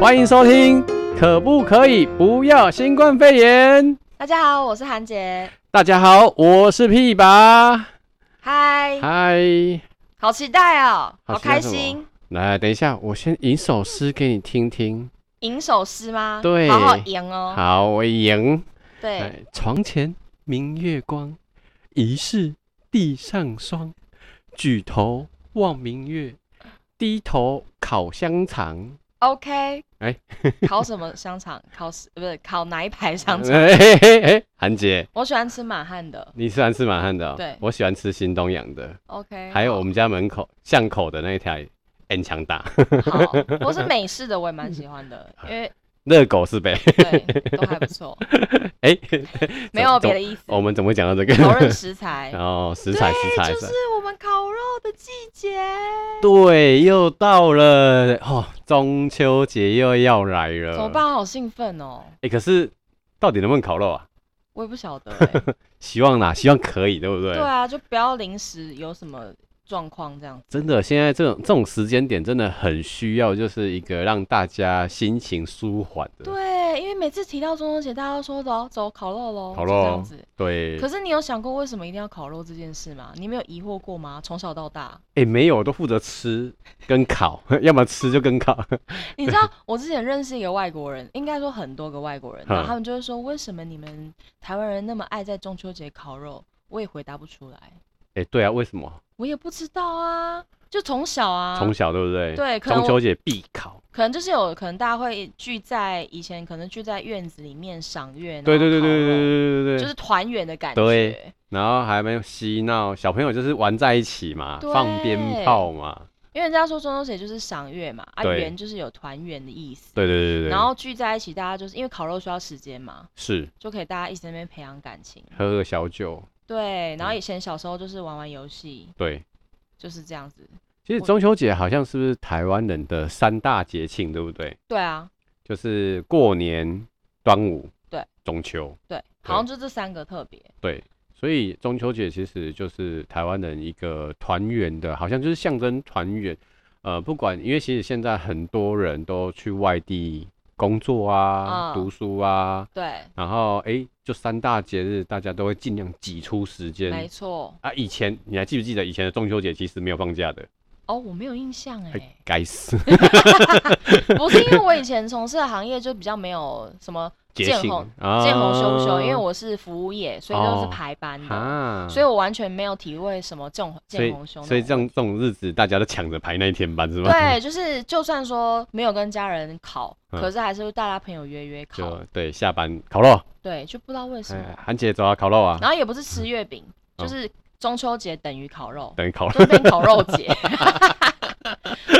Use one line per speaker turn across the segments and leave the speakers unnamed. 欢迎收听《可不可以不要新冠肺炎》。
大家好，我是韩姐。
大家好，我是屁吧。
嗨，
嗨，
好期待哦，
好
好
期待
开
什么
心。
来，等一下，我先吟首诗给你听听。
吟首诗吗？
对
好好吟哦。
好，哎我吟。
对，
来，床前明月光，疑是地上霜。举头望明月，低头烤香肠。
OK。
哎
烤什么香肠？烤死不是烤哪一排 香肠？
哎嘿嘿嘿韩姐，
我喜欢吃满汉的。
你喜欢吃满汉的、哦？
对
我喜欢吃新东阳的。
OK。
还有我们家门口巷口的那一条 N 强大，
好，我是美式的，我也蛮喜 欢的，因为
热狗是呗？
对都还 不错，
哎、
没有别的意思。
我们怎么会哦讲到这个？
讨论食材哎
然，后食材食材
就是我们烤肉的季节。
对，又到了哦，中秋节又要来了，
怎么办？？好兴奋哦！
哎、可是到底能不能烤肉啊？
我也不晓 得欸。
希望啦，希望可以，对不对？
对啊，就不要临时有什么状况这样子。
真的，现在这种这种时间点真的很需要，就是一个让大家心情舒缓的。
对，因为每次提到中秋节，大家都说走走烤肉喽，
烤
就这
肉
样子。
对，
可是你有想过为什么一定要烤肉这件事吗？你没有疑惑过吗？从小到大，
哎、没有，我都负责吃跟烤，要么吃就跟烤。
你知道我之前认识一个外国人，应该说很多个外国人，然后他们就会说为什么你们台湾人那么爱在中秋节烤肉？我也回答不出来，
哎、对啊，为什么？
我也不知道啊，就从小啊，
从小对不对？
对可能
中
我
秋节必考。
可能就是有可能大家会聚在以前可能聚在院子里面赏月，然
对对对
后
对
烤
对
肉
对对对
就是
对。
团圆的感觉。
对然后还没有嬉闹，小朋友就是玩在一起嘛，
对
放鞭炮嘛。
因为人家说中秋节就是赏月嘛，啊
对
圆就是有团圆的意思。
对对对对对。
然后聚在一起，大家就是因为烤肉需要时间嘛，
是
就可以大家一直在那边培养感情。
喝喝小酒，
对，然后
嗯
以前小时候就是玩玩游戏，
对。
就是这样子。
其实
我
中秋节好像是不是台湾人的三大节庆，对不对？
对啊，
就是过年、端午、
对、
中秋。
对，好像就这三个特别。
所以中秋节其实就是台湾人一个团圆的，好像就是象征团圆。呃，不管，因为其实现在很多人都去外地工作啊、
嗯
读书啊，
对，
然后哎、诶就三大节日大家都会尽量挤出时
没
间。
错。
啊，以前你还记不记得以前的中秋节其实没有放假的？
哦，我没有印象哎、
哎， 该死，
不是因为我以前从事的行业就比较没有什么
节
见
庆
红
啊
见红休休，因为我是服务业，所以都
哦
是排班的。
啊，
所以我完全没有体会什么见红
所
见
以
红兄，
所以这样这种日子大家都抢着排那一天班是吗？，
对， 就是就算说没有跟家人烤，
嗯
可是还是会大家朋友约约烤
就，对，下班烤肉，
对，就不知道为什
哎
么，，
韩姐走啊，烤肉啊，
然后也不是吃月饼，
哦
就是中秋节等于烤肉，
等于烤肉。
就变烤肉节。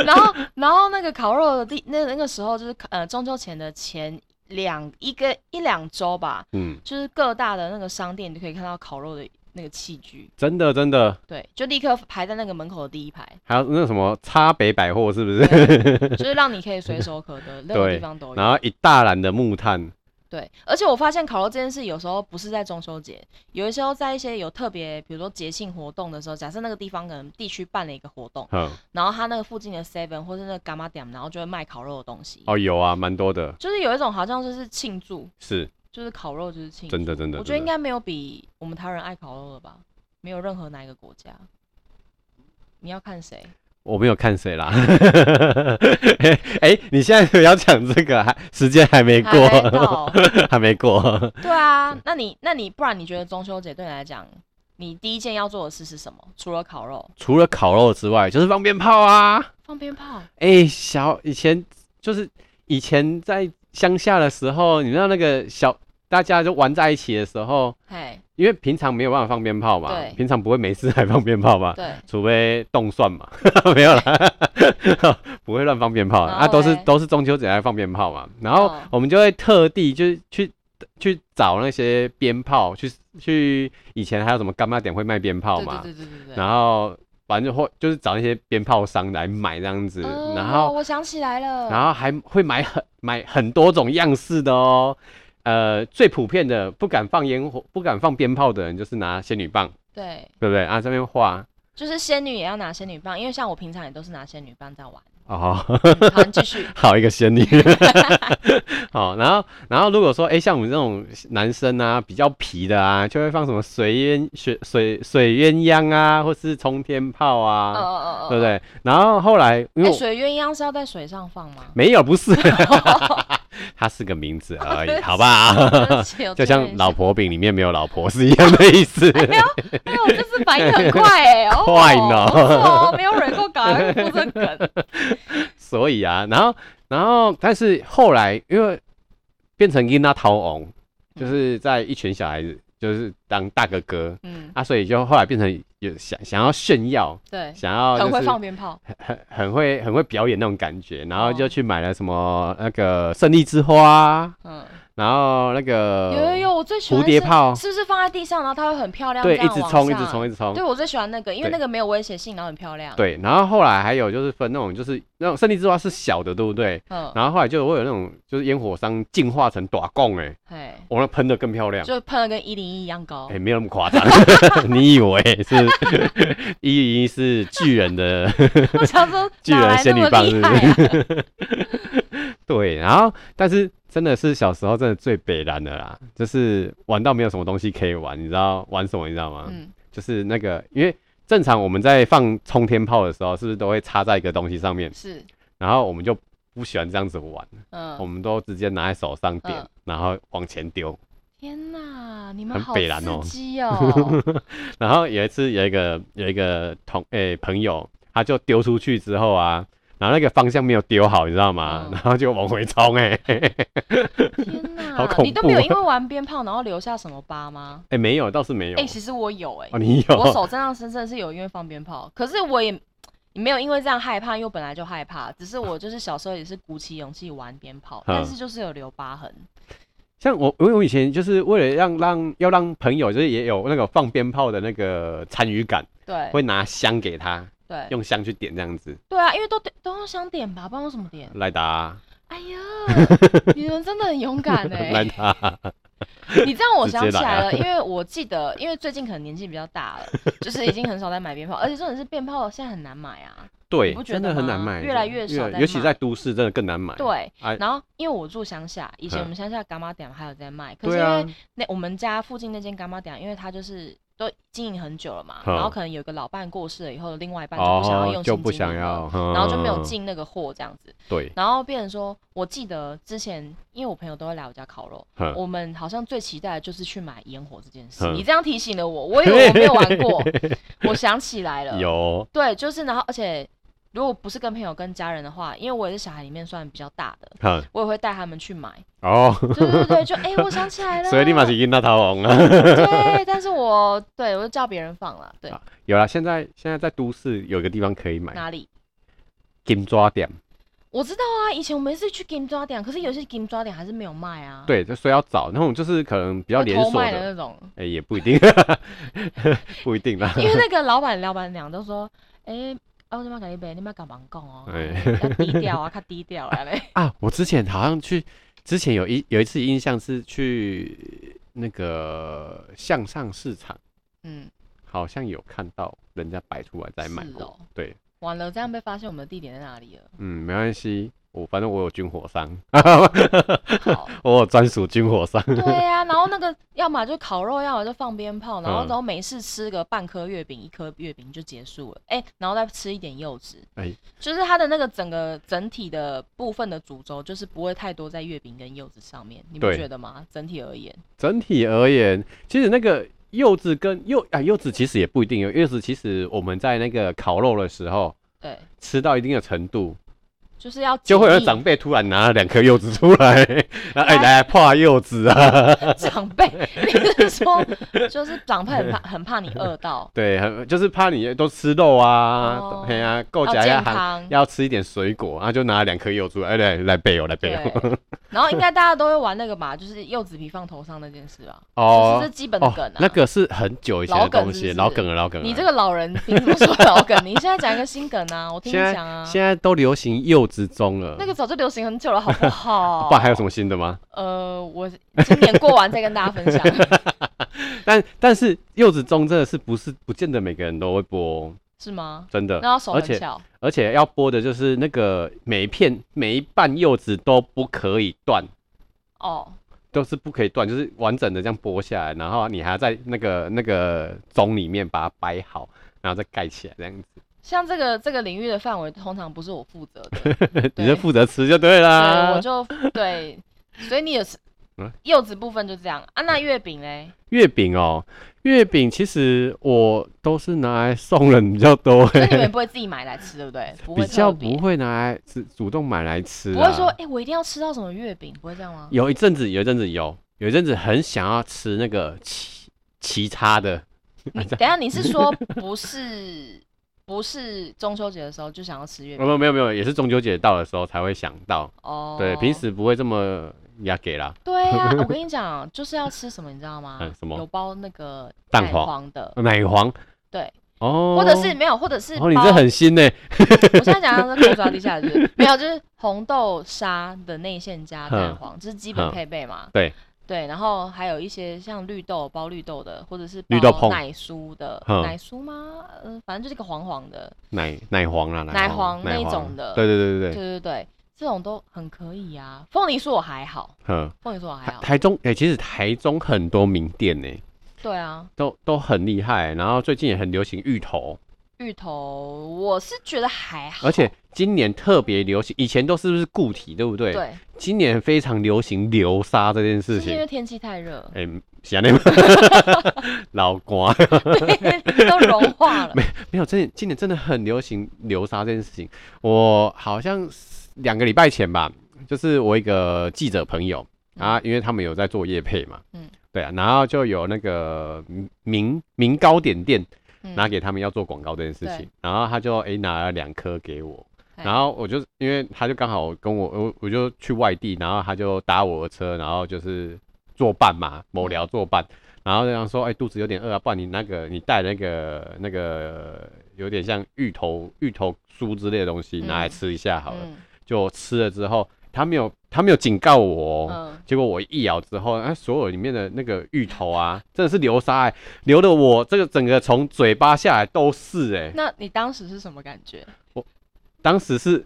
然后，然后那个烤肉的地，那那个时候就是呃中秋前的前两一个一两周吧，
嗯，
就是各大的那个商店你就可以看到烤肉的那个器具，
真的真的，
对，就立刻排在那个门口的第一排。
还有那什么差北百货是不是？
对就是让你可以随手可得，任何
对
地方都
然
有。
后一大篮的木炭，
对，而且我发现烤肉这件事有时候不是在中秋节，有一些时候在一些有特别，比如说节庆活动的时候，假设那个地方可能地区办了一个活动，
哼，
然后他那个附近的 Seven 或是那个 Gamma 点，然后就会卖烤肉的东西。
哦，有啊，蛮多的，
就是有一种好像就是庆祝，
是
就是烤肉就是庆祝。
真的真的。
嗯我觉得应
真的
该没有比我们台湾人爱烤肉了吧？没有任何哪一个国家。你要看谁？
我没有看谁啦。 哎、你现在不要讲这个，还时间还没过，
还没到
还没过。
对啊，那你那你不然你觉得中秋节对你来讲，你第一件要做的事是什么？除了烤肉、
除了烤肉之外，就是放鞭炮啊。
放鞭炮，
哎、小以前就是以前在乡下的时候，你知道那个小大家就玩在一起的时候，
嘿，
因为平常没有办法放鞭炮嘛
对，
平常不会没事还放鞭炮嘛，
对，
除非动算嘛， 没有啦， 不会乱放鞭炮
然
啊，
后
都是
嘞
都是中秋节来放鞭炮嘛，然后
嗯
我们就会特地就是去。去找那些鞭炮，去去以前还有什么干妈点会卖鞭炮
对
嘛，
对对对对对。
然后反正或就是找那些鞭炮商来买这样子，
哦
然后
我想起来了，
然后还会买很买很多种样式的哦。呃，最普遍的不敢放烟火、不敢放鞭炮的人，就是拿仙女棒，
对，
对不对啊？这边画
就是仙女也要拿仙女棒，因为像我平常也都是拿仙女棒在玩，
哦，好，
嗯好，你继续。
好一个仙女。好，然后然后如果说，哎、像我们这种男生啊，比较皮的啊，就会放什么水鸳水水水鸳鸯啊，或是冲天炮
哦
啊，
哦哦，
对不对？然后后来因为
哎，
我、
水鸳鸯是要在水上放 吗？
没有，不是，它是个名字而已，好不
对不
好？
起我
就
真
像
的
老婆饼里面没有老婆是一样的意 思。
哎呦，这次反应很快哎、哦，
快呢
不错哦，没有人够搞得出 这个梗。
所以啊，然后然后但是后来因为变成跟他逃亡，就是在一群小孩子，就是当大哥哥
嗯，
啊，所以就后来变成有想想要炫耀，
对，
想要
很
啊就
会
是
放鞭炮，
很很很会很会表演那种感觉，然后
哦
就去买了什么那个胜利之花，
嗯，
然后那
有有
个
有，我最喜欢
呃蝴蝶
是，
炮，
是不是放在地上，然后它会很漂亮，
对，
这
一
样
直
往
冲，一直
上
冲，一直冲
对，。我最喜欢那个，因为
对
那个没有威胁性，然后很漂亮。，
对，然后后来还有就是分那种，就是那种胜利之花是小的，对不对？
嗯，
然后后来就会有那种，就是烟火商进化成短供哎，
哎，
我那喷的更漂亮，
就喷的跟一零一一样高
哎、。没有那么夸张， 你以为是 一零一是巨人的？
我想说，
巨人
哪来
仙
那么
女棒
厉
是不
害啊？
对，然后但是真的是小时候真的最北蓝的啦，就是玩到没有什么东西可以玩，你知道玩什么你知道吗？
嗯，
就是那个，因为正常我们在放冲天炮的时候，是不是都会插在一个东西上面？
是，
然后我们就不喜欢这样子玩，我
嗯，
们都直接拿在手上点，
嗯
然后往前丢。
天哪，你们
很
好
北蓝哦
刺 激哦！
然后有一次有一个有一个同诶、朋友，他就丢出去之后啊，然后那个方向没有丢好，你知道吗？
嗯
然后就往回冲哎、 欸、
天哪，
好恐
你都没有
怖啊
因为玩鞭炮然后留下什么疤吗？
欸没有，倒是没有。
哎、其实我有哎、
哦，你
我
有？
手震荡深圳是有因为放鞭炮，可是我也没有因为这样害怕，因为我本来就害怕，只是我就是小时候也是鼓起勇气玩鞭炮，
嗯
但是就是有留疤痕。
像我，我我以前就是为了让让要让朋友就是也有那个放鞭炮的那个参与感，
对
会拿香给他，
对
用香去点这样子
对啊，因为都得都要想点吧，不然为什么点？
来打啊、
哎呀， 你们真的很勇敢哎、
来打啊、
你这样我
直接
想起
来
来
啊
了，因为我记得，因为最近可能年纪比较大 了，就是已经很少在买鞭炮，而且重点是鞭炮现在很难买啊。
对
你，不觉
真的
得
很难
吗
买，
越来越少在
尤其
卖
在都市真的更难买。
对，
哎
然后因为我住乡下，以前
嗯
我们乡下干妈店还有在卖，可是
对
因
啊
为，那我们家附近那间干妈店，因为它就是都经营很久了嘛，
嗯
然后可能有一个老伴过世了以后，另外一半就不想要
哦
用，
就
现
不
金
想
了
要，
然后就没有
嗯。
进那个货这样子，
对，
然后变成说，我记得之前因为我朋友都会来我家烤肉，
哼
我们好像最期待的就是去买烟火这件事。
嗯
你这样提醒了我，我以为我没有 玩过，我想起来了，
有
对，就是然后而且如果不是跟朋友跟家人的话，因为我也是小孩里面算比较大的，
哼
我也会带他们 去买。
哦，
对对对，就哎、我想起来了，
所以立马是跟那逃亡啊。
对，但是我对我就叫别人放了，对，
啊 哎有啦，现在现在在都市有一个地方可以买
哪里？
金抓点，
我知道啊，以前我们是去金抓店，可是有些金抓店还是没有卖啊，，
对，就所以要找那种就是可能比较连
偷
锁
卖
的，
那种，
哎、也不一定， 不一定啦。
因为那个老板、老板娘都说，哎、啊，我怎么跟你买？你们干嘛讲哦？
哎
要低调啊，较低调啊嘞。
啊，我之前好像去，之前有一有一次印象是去那个向上市场，
嗯，
好像有看到人家摆出来 在卖
是
过。
哦
对，
完了，这样被发现我们的地点在哪里 了。
嗯，没关系，我反正我有军火商，啊
好，
我有专属军火商。
对呀、然后那个要么就烤肉，要么就放鞭炮，然后
嗯
然后每次吃个半颗月饼、一颗月饼就结束了，哎、然后再吃一点柚子，哎、
哎
就是它的那个整个整体的部分的主轴，就是不会太多在月饼跟柚子上面，你不
对
觉得吗？整体而言，
整体而言，其实那个柚子跟柚啊柚子其实也不一定有柚子，其实我们在那个烤肉的时候
对，
吃到一定的程度，
就是要
就会有
谨
长辈突然拿了两颗柚子出来， 然后
啊
哎、来破柚子
哦
啊，
记长辈，你是说就是长辈很 怕很怕你饿到，
对，很就是怕你都吃肉啊
哦，
嘿呀、啊，够
要
夹
健
要含。
康，
要吃一点水果，然后就拿了两颗柚子出来，哎、来来备哦，来备哦。
对，然后应该大家都会玩那个吧，就是柚子皮放头上那件事吧，
哦
就是这基本的
哦
梗啊，
那个啊是很久以前
老
的
梗
东
是不
西，
是
老梗了，老梗了。
你这个老人凭什么说老梗？你现在讲一个新梗啊，我听你
现在
讲啊。
现在都流行柚子中了，
那个哦早就流行很久了，好不 好？
哦不然还有什么新的吗？
呃，我今年过完再跟大家分享。
但但是柚子中真的是不是不见得每个人都会播哦，
是吗？
真的。
那要手
而
很
且
巧，
而且要剥的就是那个每一片每一瓣柚子都不可以断，
哦，
都是不可以断，就是完整的这样剥下来，然后你还要在那个那个盅里面把它掰好，然后再盖起来这样子。
像这个这个领域的范围，通常不是我负责的，
你
对
就负责吃就对
所以
啦
我。就对，所以你也是
啊嗯
柚子部分就这样啊。那月饼嘞？
月饼哦，月饼其实我都是拿来送人比较多、
所以你们也
欸，
不会自己买来吃，对不对？不
比
会
较
特别
不会拿来主主动买来吃、啊。
不会说，哎、我一定要吃到什么月饼，不会这样吗？
有一阵子，有一阵子有，有一阵子很想要吃那个奇奇叉的，
你等一下你是说不是不是中秋节的时候就想要吃月
哦
饼？
没有没有没有，也是中秋节到的时候才会想到，
哦，
对，平时不会这么压给啦。
对呀、我跟你讲，就是要吃什么，你知道吗？
嗯什么
有包那个
蛋
蛋
黄
的，
奶黄
对，
哦，
或者是没有，或者是包。
哦，你这很新呢，
我现在讲的是口抓地下的， 就是没有，就是红豆沙的内馅加蛋黄，这是基本配备嘛。
嗯对
对，然后还有一些像绿豆包绿豆的，或者是
绿豆椪
包奶酥的，
嗯
奶酥吗？嗯、反正就是个黄黄的，
奶奶黄啦，
奶黄
奶
那种的
对对对
对
对对，
对对，这种都很可以啊。凤梨酥我还好，
嗯，
凤梨酥我还
台
好，
台中哎、其实台中很多名店呢，
对啊。
都都很厉害，然后最近也很流行芋头，
芋头我是觉得还好，
而且今年特别流行，以前都是不是固体，对不对？。
对，
今年非常流行流沙这件
是
事
不是因
情，
为，天气太热
哎、想那 老瓜
对，都融化了。
没有，这今年真的很流行流沙这件事情。我好像是两个礼拜前吧，就是我一个记者朋友啊，因为他们有在做业配嘛，
嗯
嗯，对啊，然后就有那个名名糕点店
嗯
拿给他们要做广告这件事情，然后他就哎、拿了两颗给我。
哎
然后我就因为他就刚好跟我我我就去外地，然后他就搭我的车，然后就是作伴
嗯
嘛，某聊作伴，然后就想说，哎、肚子有点饿啊，不然你那个你带那个那个有点像芋头芋头酥之类的东西
嗯
拿来吃一下好了。
嗯
就吃了之后，他没有他没有警告我、哦。
嗯，
结果我一咬之后，啊，所有里面的那个芋头啊，真的是流沙、欸，流的我这个整个从嘴巴下来都是哎、
那你当时是什么感觉？
当时是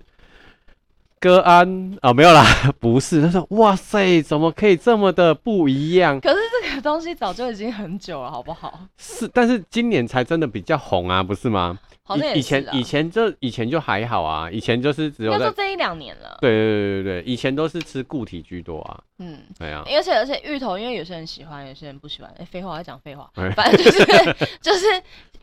歌安啊、没有啦，不是，他说哇塞，怎么可以这么的不一样？
可是这个东西早就已经很久了，好不好？
是，但是今年才真的比较红啊，不是吗？
好像也
以以
是
前
啊
以前就以前就还好啊，以前就是只
应
有
该
在
说这一两年了。
对对对对对，以前都是吃固体居多啊，
嗯，
对啊，
而且而且芋头，因为有些人喜欢，有些人不喜欢。哎、废话，我在讲废话
哎，
反正就是就是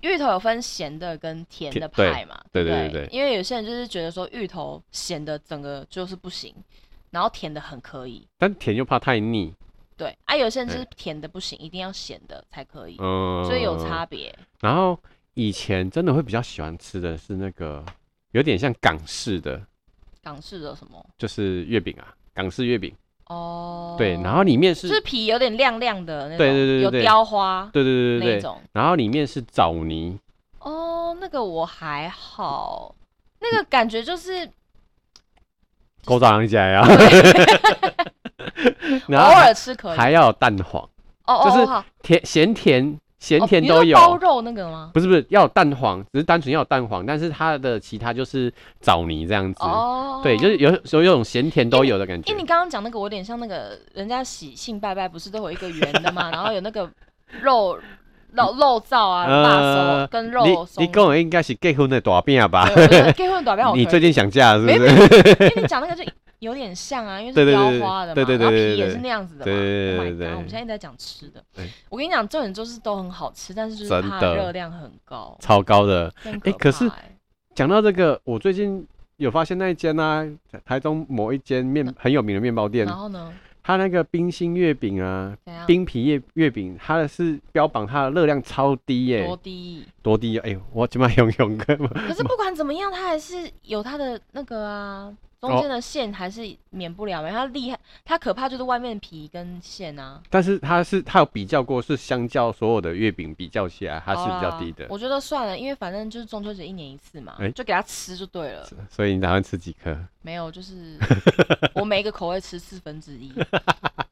芋头有分咸的跟甜的
甜对
派嘛，
对
不
对对对
因为有些人就是觉得说芋头咸的整个就是不行，然后甜的很可以。
但甜又怕太腻，
对啊，有些人就是
哎
甜的不行，一定要咸的才可以，
嗯，
所以有差。别。
然后以前真的会比较喜欢吃的是那个有点像港式的，
港式的什么？
就是月饼啊，港式月饼，
哦，
对，然后里面是
就是皮有点亮亮的那种，
对对对对
有
对
雕花
对对对
那
对
一
对，
种。
然后里面是枣泥，
哦，那个我还好，那
嗯
个感觉就是
狗枣狼起来啊，
偶
然后
尔吃可以。
还要有蛋黄，
哦哦，
就是
哦好
甜咸甜咸
哦
甜
你
都
说
有，
包肉那个吗？
不是不是要有蛋黄，只是单纯要有蛋黄，但是它的其他就是枣泥这样子，
哦，
对，就是。有有有种咸甜都有的感觉
因为，你刚刚讲那个，我有点像那个人家喜庆拜拜，不是都有一个圆的 嘛，然后有那个肉肉肉燥啊、
呃
辣手跟肉松。
你你跟我应该是结婚的大饼 吧？
对我觉得结婚短片我
你最
可
近
以，
想嫁是不
没
是？
有，没有因为你讲那个就有点像啊，因为
对
是
对
雕
对
花的嘛，
对对对
然后皮
对
也
对
是那样子的嘛。
对对
Oh my
对对
god，我们现在一直在讲吃的
对。
我跟你讲，重点就是都很好吃，但是就是
真
怕
的
热量很高。
超高的。
哎
哎可是讲到这个，我最近有发现那一间啊，台台中某一间面
嗯
很有名的面包店
然，后呢？
它那个冰心月饼啊，
怎样？
冰皮月月饼，它的是标榜它的热量超低耶、
多低？
多低啊？哎、呦，我今麦用用个，
可是不管怎么样，它还是有它的那个啊中间的线还是免不了嘛。它厉害，它可怕就是外面皮跟线啊，
但是它是它有比较过，是相较所有的月饼比较起来，它是
好
比较
啦
低的。
我觉得算了，因为反正就是中秋节一年一次嘛，
哎
就给它吃就对了。
所以你打算吃几颗？
没有，就是 我每一个口味吃四分之一，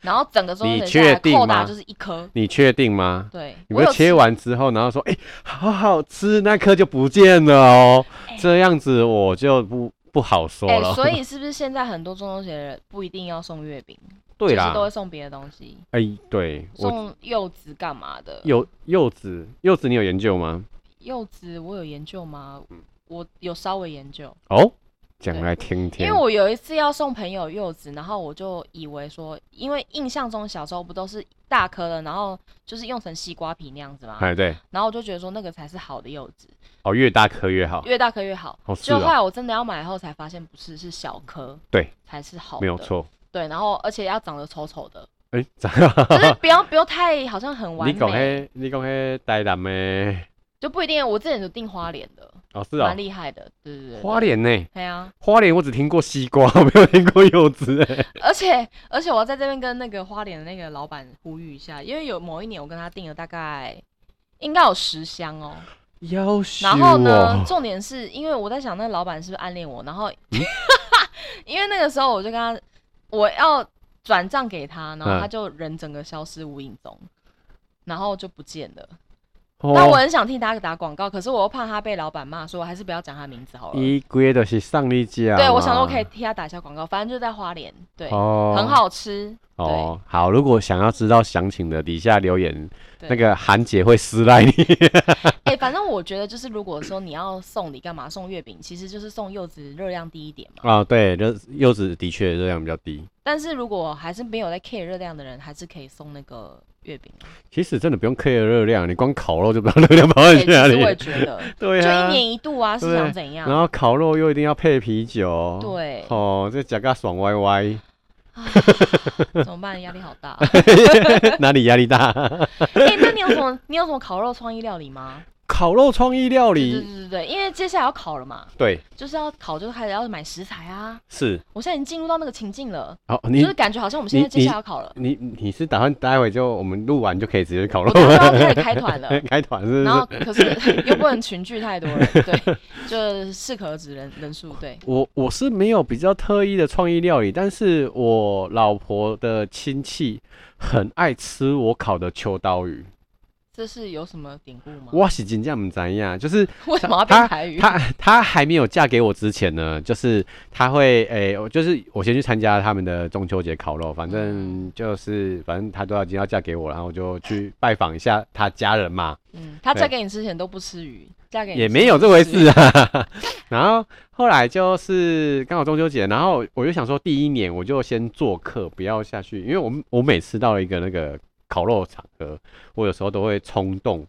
然后整个中秋
你
节下
确
来
定
扣打
吗
就是一颗。
你确定吗？
对，
你不
我
是
有
切
吃
完之后，然后说，哎、好好吃，那颗就不见了哦、
哎
这样子我就不不好说
哎、
了。
所以是不是现在很多中秋节的人不一定要送月饼，
对
就是
啦，
都会送别的东西，
哎、对我
送柚子干嘛的？
柚柚子，柚子你有研究吗？
柚子，我有研究吗
嗯？
我有稍微研究，
哦，讲
对
来听听。
因为我有一次要送朋友柚子，然后我就以为说，因为印象中小时候不都是大颗的，然后就是用成西瓜皮那样子嘛，
哎对，
然后我就觉得说那个才是好的柚子，
哦越大颗越好，
越大颗越好。
哦是
就后
哦，
来我真的要买后才发现不是，是小颗，
对，
才是好的，
没有。错。
对，然后而且要长得丑丑 的，
哎、咋？
就是不要不要太好像很
你
完
讲
美，
嘿，你讲嘿，台南的
就不一定。我之前有订花脸的，
哦是
蛮
哦，
厉害的，对对对对。
花莲呢？
对啊，
花莲我只听过西瓜， 我没有听过柚子。哎
而且而且我要在这边跟那个花脸的那个老板呼吁一下，因为有某一年我跟他订了大概应该有十箱哦，
要死
然后呢，
我
重点是因为我在想那老板是不是暗恋我，然后、
嗯
因为那个时候我就跟他我要转账给他，然后
嗯
他就人整个消失无影踪，然后就不见了。那我
哦，
很想替他打广告，可是我又怕他被老板骂，所以我还是不要讲他名字好了。
一龟的是上你家。
对，我想说我可以。替他打一下广告，反正就在花莲，对，
哦，
很好吃。
哦，好。如果想要知道详情的，底下留言，
对
那个韩姐会私来你。
哎、反正我觉得就是，如果说你要送礼干嘛，送月饼，其实就是送柚子，热量低一点嘛。
啊，对，柚柚子的确热量比较低。
但是如果还是没有在 care 热量的人，还是可以送那个月饼 啊。
其实真的不用 care 热量，你光烤肉就不知道热量跑到
哎
去
其
哪
实我也
里。
觉得，
对
就一
啊，
年一度啊，是想
对
怎样
然？后烤肉又一定要配啤酒。。
对，
哦，这假个爽歪歪，
怎么办？压力好大 啊。
哪里压力大？
哎、那你有什么？你有什么烤肉创意料理吗？
烤肉创意料
对对
理，
对对对，因为接下来要烤了嘛。
对，
就是要烤，就开始要买食材啊。
是。
我现在已经进入到那个情境了，
好，
就
你
是感觉好像我们现在接下来要烤了，
你你是打算待会就我们录完就可以直接 烤
我
肉
刚刚
吗？
要开始开团了。
开团是不
然后
是？
可是又不能群聚太多人，对，就是适可而止人人数，对。
我我是没有比较特意的创意料理，但是我老婆的亲戚很爱吃我烤的秋刀鱼，
这是有什么典故吗？
我是真正不知呀，就是
为什么要变台语？
她她还没有嫁给我之前呢，就是她会诶、我就是我先去参加他们的中秋节烤肉，反正就是反正她都要已经要嫁给我了，然后我就去拜访一下她家人嘛，
嗯，她
对
嫁给你之前都不吃鱼，嫁给你
也
之
没
前
有
都
这
不
回
吃
事
鱼。
啊。 然后后来就是刚好中秋节，然后我就想说，第一年我就先做客，不要下去，因为我们我每次到了一个那个烤肉场合，我有时候都会冲动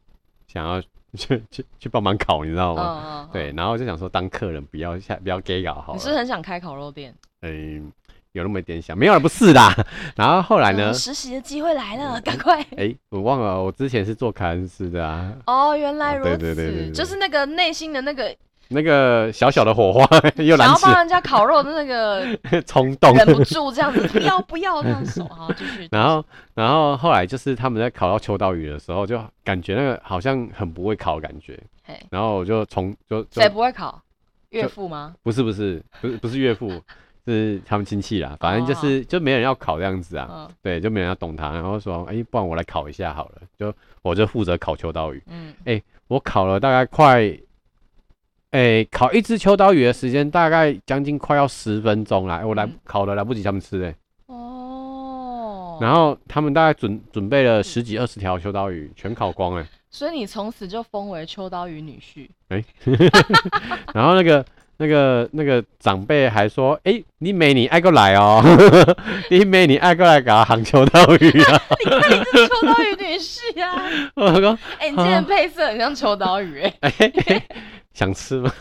想要去去去帮忙烤，你知 道
嗯
吗？
嗯，嗯
对，。然后就想说当客人不要下不要 gay 搞好
你
了
是不，是很想开烤肉店？
嗯、有那么一点想，没有了不是啦。 然后后来
嗯
呢？
实习的机会来了，赶快！
哎、我忘了，我之前是做凯恩斯的啊，
哦，原来如
对对对对
此，
对
就是那个内心的那个
那个小小的火花 又
想
燃
要
起
帮人家烤肉的那 个
了冲动，
忍不住这样子，不要不要这样手， 好继续。
然后，然后后来就是他们在烤到秋刀鱼的时候，就感觉那个好像很不会烤的感觉。
嘿
然后我就从就就
谁不会烤？岳父吗？
不是不是不是不是岳父，是他们亲戚啦，反
哦
正就是、就没人要烤这样子啊，
嗯
对，就没人要懂他。然后说，哎、不然我来烤一下好了，就我就负责烤秋刀鱼。
嗯，
我烤了大概快，哎、烤一只秋刀鱼的时间大概将近快要十分钟啦，哎我来
嗯
烤的来不及他们吃哎、
哦，嗯
然后他们大概准准备了十几二十条秋刀鱼，全烤光哎、
所以你从此就封为秋刀鱼女婿。
然后那个那个那个长辈还说：“哎、你妹你爱过来哦， 你妹你爱过来搞杭州刀鱼啊
你看你是秋刀鱼女婿啊！！”
我说
哎、你今
啊
天的配色很像秋刀鱼、哎：“
想吃吗？”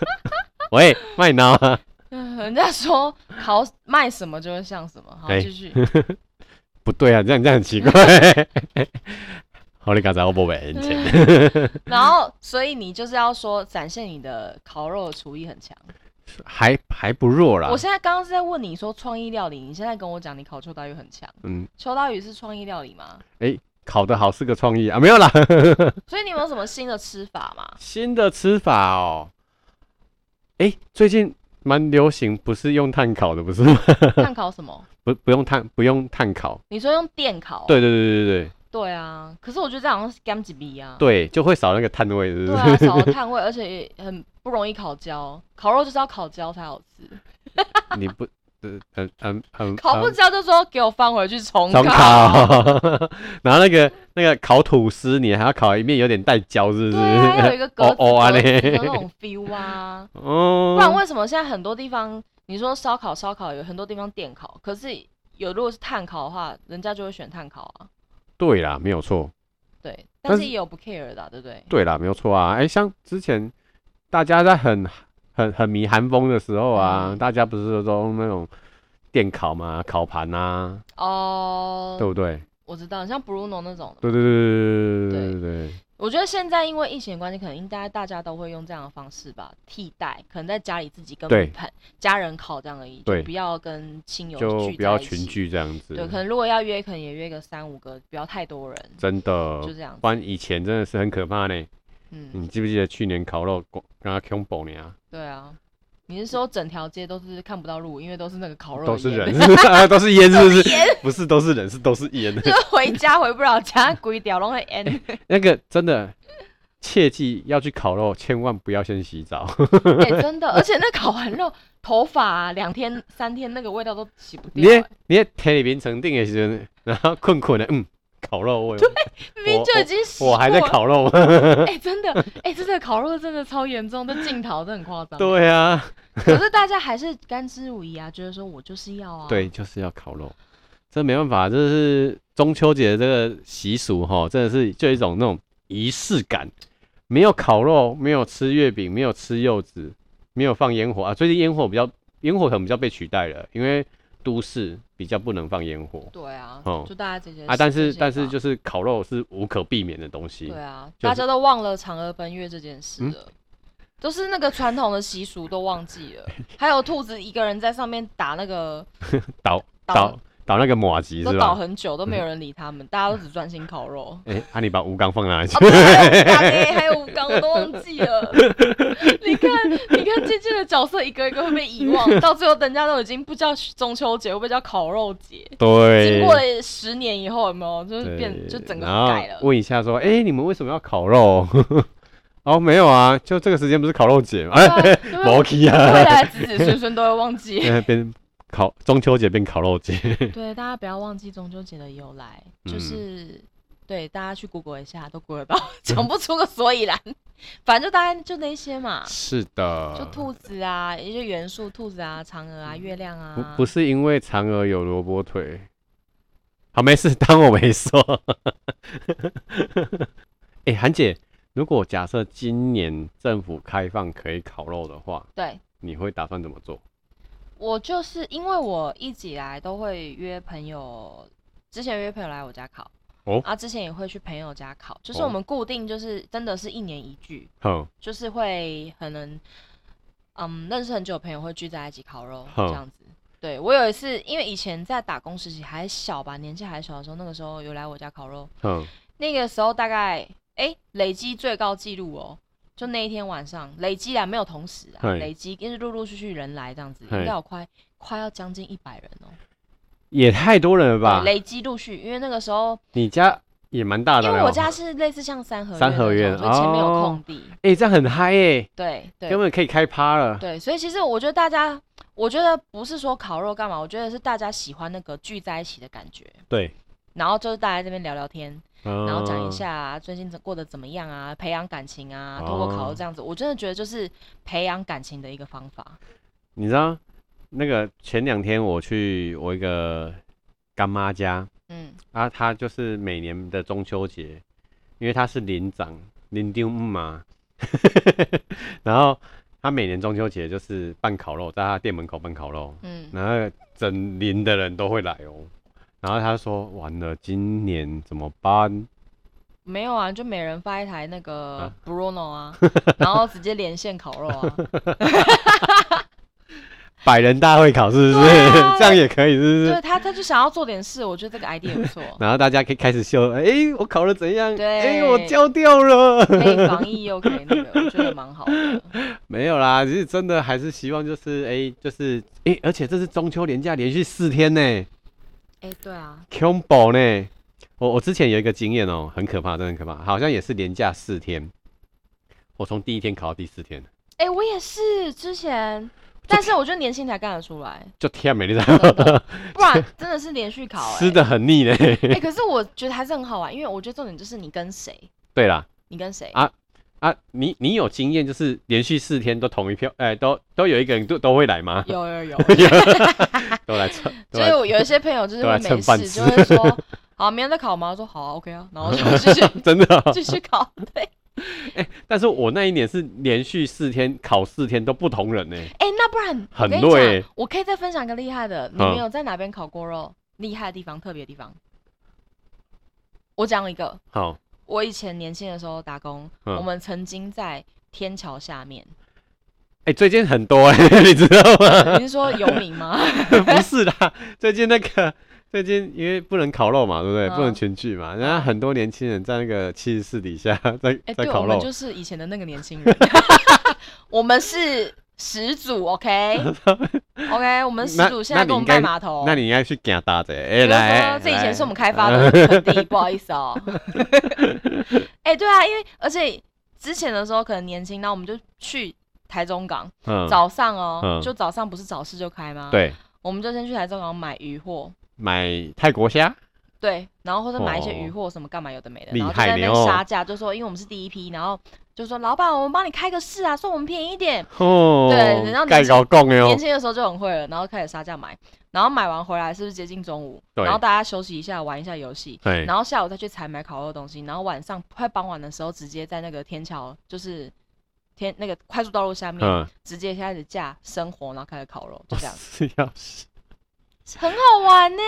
喂，卖脑啊！
嗯 人家说烤卖什么就会像什么。好，
哎
继续。
不对啊，这样这样很奇怪。好，你刚才我不没钱。
然后，所以你就是要说展现你的烤肉厨艺很强。
还还不弱啦
我。现在刚刚是在问你说创意料理，你现在跟我讲你烤秋刀鱼很强，
嗯，
秋刀鱼是创意料理吗？
烤得好是个创意啊，没有啦。
所以你有没有什么新的吃法吗？
新的吃法哦，哎、最近蛮流行，不是用炭烤的，不是吗？
碳烤什么？
不不用炭，不用炭烤。
你说用电烤？
对对对对对
对啊，可是我觉得这好像是 gam 几逼啊。
对，就会少那个炭味，是不是？
对啊，少了碳味，而且也很不容易烤焦。烤肉就是要烤焦才好吃，
嗯你不，呃呃嗯嗯，
烤不
嗯
焦就说给我放回去重
重
烤。
烤，然后那个那个烤吐司，你还要烤一面有点带焦，是不
对
是？
啊，要有 一个格
哦
子
哦啊
格
嘞
子的那种 feel 啊。不然
哦，
为什么现在很多地方，你说烧烤烧烤有很多地方电烤，可是有如果是碳烤的话，人家就会选碳烤啊。
对啦，没有错，
对，
但
但是
是
也有不 care 的啊、对不对？
对啦，没有错啊。哎、像之前大家在很很很迷韩风的时候啊，
嗯
大家不是都用那种电烤嘛，烤盘啊，
哦、
对不对？
我知道，像 Bruno 那种的
对对对对对对对对
我觉得现在因为疫情的关系，可能应该大家都会用这样的方式吧，替代，可能在家里自己跟
对
朋家人烤这样而已，就
对
不要跟亲友
对，就
聚
不要
在一起
群。聚这样子
对，，可能如果要约，可能也约个三五个，不要太多人，
真的
就。这样
不
子。
然以前真的是很可怕呢。
嗯，
你记不记得去年烤肉，刚刚 combo 你啊，
对啊。你是说整条街都是看不到路，因为都是那个烤肉，
都是 人，，啊都是烟，是不是？不是都是人，是都是烟。
就是回家回不了家，鬼掉然后会 end。
那个真的，切记要去烤肉，千万不要先洗澡。
哎、真的，而且那烤完肉，头发啊两、天三天那个味道都洗不
你
掉、
在
欸，
你在田里面沉淀的时阵，然后困困的，嗯，烤肉味，
明明就已经洗
我还在
过了
烤肉。
哎、真的，哎、这个烤肉真的超严重，这镜头真的很夸张。，
对啊，
可是大家还是甘之如饴啊，觉得说我就是要啊。
对，，就是要烤肉，这没办法，这是中秋节的这个习俗哈，真的是就有一种那种仪式感。没有烤肉，没有吃月饼，没有吃柚子，没有放烟火啊。最近烟火比较，烟火可能比较被取代了，因为都市比较不能放烟火
对啊，
哦
就大家这些
啊。但是但是就
就
是烤肉是无可避免的东西。
对啊，
就是
大家都忘了嫦娥奔月这件事
嗯
了。都是那个传统的习俗都忘记了，还有兔子一个人在上面打那个
倒
倒
倒，倒那个马吉
都
是
倒
吧？
很久，都没有人理他们，大家都只专心 烤肉。
哎、那、你把吴刚放哪里去
啊，？对还有吴刚，还有吴刚，我都忘记了。你看，你看，渐渐的角色一个一个会被遗忘，到最后人家都已经不叫中秋节，会被叫烤肉节。
对，
经过了十年以后，有没有就是
对
变就整个
然后
改了？
问一下说，哎、你们为什么要烤肉？ 哦，没有啊，就这个时间不是烤肉节吗？哎，
对啊 因为
毛奇
未
啊，
来子子孙孙都会忘记。
那边烤中秋节变烤肉节，
对，大家不要忘记中秋节的由来，就
嗯
是、对大家去 Google 一下，都 Google 得到， 讲不出个所以然。 反正就大概就那些嘛，
是的
就兔子啊，一些元素，兔子啊，嫦娥啊，月亮啊。
不不是因为嫦娥有萝卜腿。好，没事， 当我没说。 哎、韩姐，如果假设今年政府开放可以烤肉的话，
对，
你会打算怎么做？
我就是因为我一直以来都会约朋友，之前约朋友来我家烤，
哦
啊，之前也会去朋友家烤，就是
哦
我们固定就是真的是一年一聚，
哼，
就是会可能，嗯，认识很久的朋友会聚在一起烤肉
哼
这样子。对我有一次，因为以前在打工时期还小吧，年纪还小的时候，那个时候有来我家烤肉，
哼，
那个时候大概哎、诶累积最高纪录哦，就那一天晚上累积啦，没有同时啊，
嘿
累积因为陆陆续续人来这样子，
嘿
应该有快快要将近一百人哦、
也太多人了吧
对？累积陆续，因为那个时候
你家也蛮大的、
因
哦，
为我家是类似像三合
三合
院
院
那种，所以前面有
哦
空地，
哎、这样很嗨耶、
对对
根本可以开趴了。
对，所以其实我觉得大家，我觉得不是说烤肉干嘛，我觉得是大家喜欢那个聚在一起的感觉。
对，
然后就是大家这边聊聊天，
然
然后讲一，下、啊最近怎过得怎么样啊，培养感情啊，通过烤肉这样子，我真的觉得就是培养感情的一个方法。
你知道那个前两天我去我一个干妈家
嗯，
啊，她就是每年的中秋节，因为她是林长林丢姆嘛， 然后她每年中秋节就是办烤肉，在她店门口办烤肉，
嗯，
然后整林的人都会来哦。然后她说完了，今年怎么办？
没有啊，就每人发一台那个
啊
Bruno 啊，然后直接连线烤肉啊。
百人大会考是不是？
对啊
这样也可以是不
对
是？，
他，他就想要做点事，我觉得这个 idea 不错
然后大家可以开始秀，哎、我考了怎样？
对
哎、我交掉了。
可以防疫又可以那个，我觉得蛮好的。
没有啦，其实真的还是希望就是哎、就是哎、而且这是中秋连假连续四天呢
哎、对啊，
，combo 呢。我我之前有一个经验哦、很可怕，真的很可怕，好像也是连假四天，我从第一天考到第四天，
哎、我也是之前，但是我觉得年轻才干得 出来，
就天没在，
真的不然真的是连续 考、哎
吃的很腻呢。
哎、可是我觉得还是很好玩，因为我觉得重点就是你跟谁，
对啦，
你跟谁、
啊啊，你你有经验，就是连续四天都同一票，哎、都都有一个人都都会来吗？
有有 有，
都来蹭，都
就
来
是我有一些朋友就是
都来
会
啊蹭
没
饭
事
吃
就会说，好，明天再考吗？我说好啊，OK 啊，然后就继续
真的哦、
继续考。对，
但是我那一年是连续四天考四天都不同人呢、
哎、那不然我
很
跟你
累
讲
欸，
我可以再分享一个厉害的，你
嗯
们有在哪边考过肉？厉害的地方，特别的地方。我讲一个，
好，
我以前年轻的时候打工，
嗯
我们曾经在天桥下面，
哎、最近很多哎、 你知道吗？
你是说游民吗？
不是啦，最近那个最近因为不能烤肉嘛，对不对？
嗯
不能群聚嘛，然后很多年轻人在那个七十四底下 在、
哎、
在
对，我
烤肉
们，就是以前的那个年 轻人，我们是始祖，OK，OK，、我们始
那
祖现
那
在
你
跟我
应
们拜
该
码头。
那你应该去给他搭着，哎、
比如
来，
说
哎
这以
来啊
前是我们开发的盆地，不好意 思哦。哎、对啊，因为而且之前的时候可能年轻，然后我们就去台中港，
嗯
早上哦，
嗯
就早上不是早市就开吗？，
对
我们就先去台中港买鱼货，
买泰国虾，
对，然后或者买一些
哦
鱼货什么干嘛有的没的，
厉
然后就
害
在那
呢
边
哦
杀价，就说因为我们是第一批，然后就说老板，我们帮你开个市啊，算我们便宜一点。
哦，
对然后
盖
年轻
高供哎
年
哦，
轻的时候就很会了，然后开始杀价买，然后买完回来是不是接近中午？
对
然后大家休息一下，玩一下游戏，
对，
然后下午再去采买烤肉的东西，然后晚上快傍晚的时候，直接在那个天桥，就是天那个快速道路下面，
嗯，
直接开始架生火，然后开始烤肉，就这样，
是要死
很好玩呢、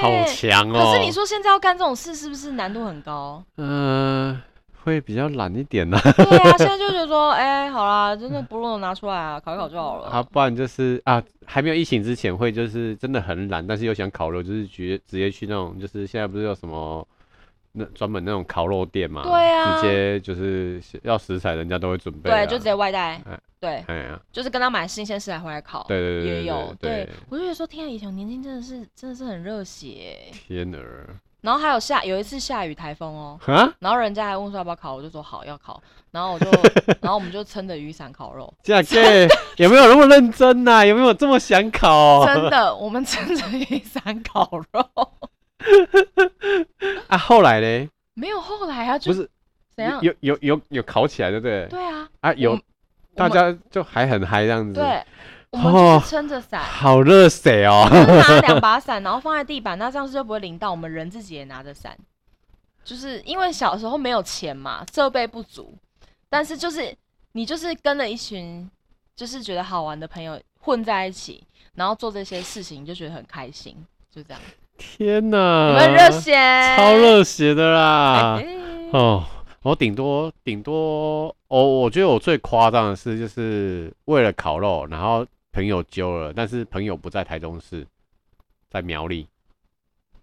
好强哦。
哎可是你，说现在要干这种事，是不是难度很高？
嗯，会比较懒一点 啦，
对啊，现在就觉得说，哎、好啦，真的不用拿出来啊，烤一烤就好了。
啊，不然就是啊，还没有疫情之前会就是真的很懒，但是又想烤肉，就是直接直接去那种，就是现在不是有什么那专门那种烤肉店嘛，
对啊
直接就是要食材，人家都会准备啊，
对，就直接外带
哎。
对，
哎呀，
就是跟他买新鲜食材回来烤。
对对对
哦也
对
有。
对
对，我就觉得说，天啊，以前我年轻真的是真的是很热血欸。
天儿
然后还有下有一次下雨台风哦，
啊，
然后人家还问说要不要烤，我就说好要烤，然后 我就然后我们就撑着雨伞烤肉，
这 这有没有那么认真呐？有没有这么想烤？
真的，我们撑着雨伞烤肉，
啊，后来嘞，
没有后来啊，就
不是
怎样？
有有有有烤起来，对不对？
对啊，
啊，有
我
大
我们
家哦就还很嗨这样子，，
对，我们就是撑着伞。
好热水哦，
就是拿两把伞，然后放在地板，那这样子就不会淋到。我们人自己也拿着伞，就是因为小时候没有钱嘛，设备不足，但是就是你就是跟了一群就是觉得好玩的朋友混在一起，然后做这些事情，你就觉得很开心，就这样。
天哪，
我们热血，
超热血的啦
哎，！
哦，我顶多顶多，哦，我觉得我最夸张的事就是为了烤肉，然后朋友揪了，但是朋友不在台中市，在苗栗，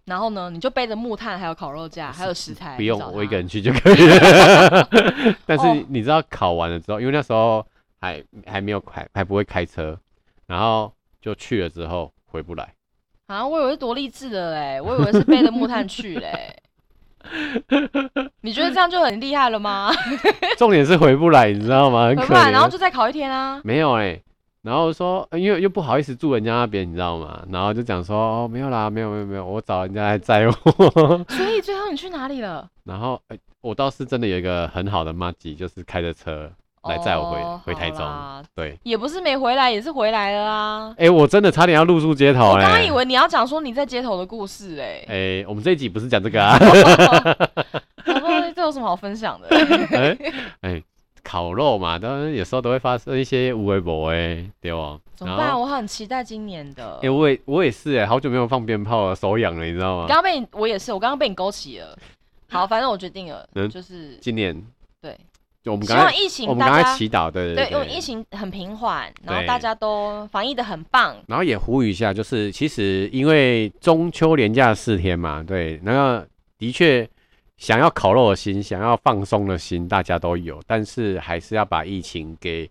然后呢，你就背着木炭，还有烤肉架，还哎有食材，
不用
去找他
我一个人去就可以 了。但是你知道烤完了之后，因为那时候还还没有还还不会开车，然后就去了之后回不来。
啊！我以为是多励志的嘞，我以为是背着木炭去嘞。你觉得这样就很厉害了吗？
重点是回不来，你知道吗？很
回
可
不来，
怜。
然后就再考一天啊。
没有哎、然后说，呃因为又不好意思住人家那边，你知道吗？然后就讲说，哦，没有啦，没有没有没有，我找人家来载我。
所以最后你去哪里了？
然后、哎，我倒是真的有一个很好的妈吉，就是开着车来载我回、
哦
回台中
好。啦
对，
也不是没回来，也是回来了啊。
哎、我真的差点要露宿街头
我
哎、
刚刚以为你要讲说你在街头的故事哎、
哎、我们这一集不是讲这个啊？
我说这有什么好分享的？
哎哎，烤肉嘛，当然有时候都会发生一些无微博哎，对哦。
怎
然
么
后，
办？我很期待今年的
哎、。我也我也是哎、好久没有放鞭炮了，手痒了，你知道吗
刚？刚被你，我也是，我刚刚被你勾起了。好，反正我决定了
嗯，
就是
今年
对，
就我们
希
刚才
望疫情
我们
大
刚
家
才祈祷，对
对，
对
因为疫情很平缓，然后
对
大家都防疫的很棒，
然后也呼吁一下，就是其实因为中秋连假四天嘛，对，那个的确想要烤肉的心，想要放松的心，大家都有，但是还是要把疫情给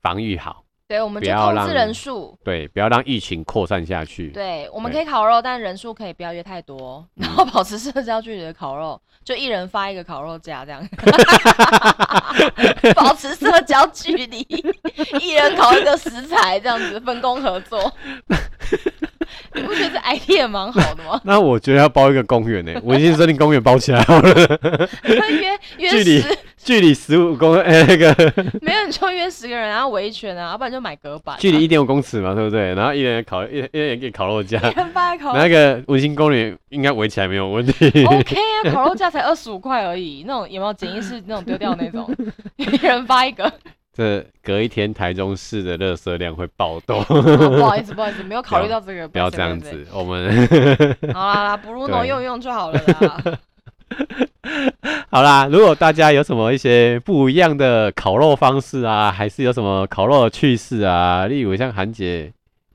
防御好，
对，我们
不
就
要
控
让
制人数，
对，不要让疫情扩散下去。
对，我们可
对？
以烤肉，但人数可以不要约太多，然后保持社交距离的烤肉，就一人发一个烤肉架这样， 保持社交距离，一人烤一个食材这样子分工合作。 你不觉得这 idea 蛮好的吗
那我觉得要包一个公园呢、欸文心森林公园包起来好了，
约约
距离
十，
距离十五公哎、那个
没有你就约十个人，然后围一圈啊，要不然就买隔板啊、
距离一点五公尺嘛，对不对？然后一人烤一一人给烤肉架，
一人发一个烤 肉
那个文心公园应该围起来没有问题。
OK 啊，烤肉架才二十五块而已，那种有没有简易式那种丢掉那种， 一人发一个。
这隔一天台中市的热色量会暴 动，
哦不好意思，不好意思，没有考虑到这个，
不要
好意
这
思
样。
不好意
子。我们
思好啦啦，Bruno
对
用一用就好了啦。
好啦，如果大家有什么一些不一样的烤肉方式啊，还是有什么烤肉的趣事啊，例如像韩姐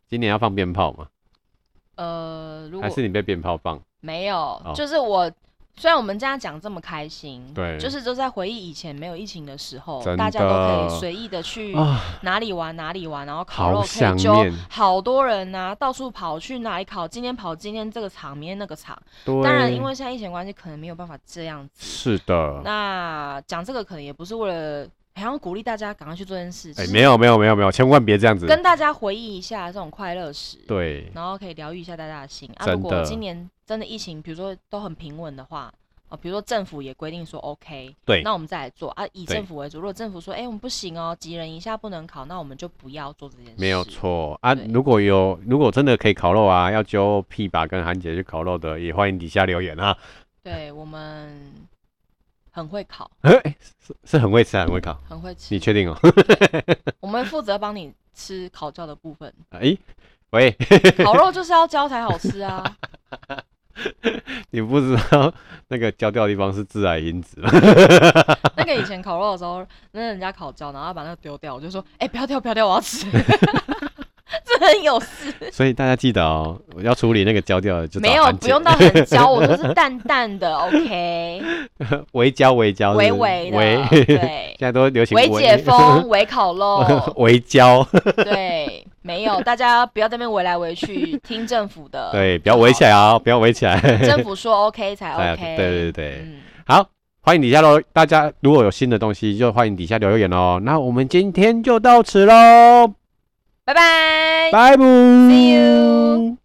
今年要放鞭炮嘛，
呃，如果
还是你哦被鞭炮放？
没有，就是我。虽然我们这样讲这么开心，
对
就是都在回忆以前没有疫情的时候
真，的
大家都可以随意的去
啊，
哪里玩哪里玩，然后烤肉
好
可
想
以揪
念。
好多人呐、到处跑去哪里烤，今天跑今天这个场，明天那个场。
对，
当然，因为现在疫情关系，可能没有办法这样子。
是的，
那讲这个可能也不是为了，好像鼓励大家赶快去做这件事，
哎、
就是
没有没有没有没有，千万别这样子。
跟大家回忆一下这种快乐时，
对，
然后可以疗愈一下大家的心啊。
真
如果
的
今年真的疫情，比如说都很平稳的话，啊，比如说政府也规定说 OK，
对
那我们再来做啊，以
对
政府为主。如果政府说，哎、我们不行哦，急人一下不能考，那我们就不要做这件事。
没有错啊
对！
如果有，如果真的可以烤肉啊，要揪屁吧跟韩姐去烤肉的，也欢迎底下留言啊。
对我们很会考，
哎是是很会吃，很会烤。
很会吃，
你确 定哦？
我们负责帮你吃烤焦的部 分，
哎、喂，
烤肉就是要焦才好吃啊。
你不知道那个焦掉的地方是致癌因子吗？
那个以前烤肉的时候，那人家烤焦，然后他把那个丢掉，我就说，哎、不要掉，不要掉，我要吃。 这很有事，
所以大家记得哦，我要处理那个焦掉的就找
没有
韩
不
姐
用到很焦，我就是淡淡 的，OK，
微焦微焦是不
微
是，
微的，
微， 现
对，
在都流行
微 解封，嗯微烤肉，
微 焦，
对，没有，大家不要在那边围来围去，听政府的，
对，不要围起来哦，不要围起来。
政府说 OK 才
才
OK，
对对对
嗯，
好，欢迎底下喽，大家如果有新的东西就欢迎底下留言哦。那我们今天就到此喽，
拜拜。
拜拜
See you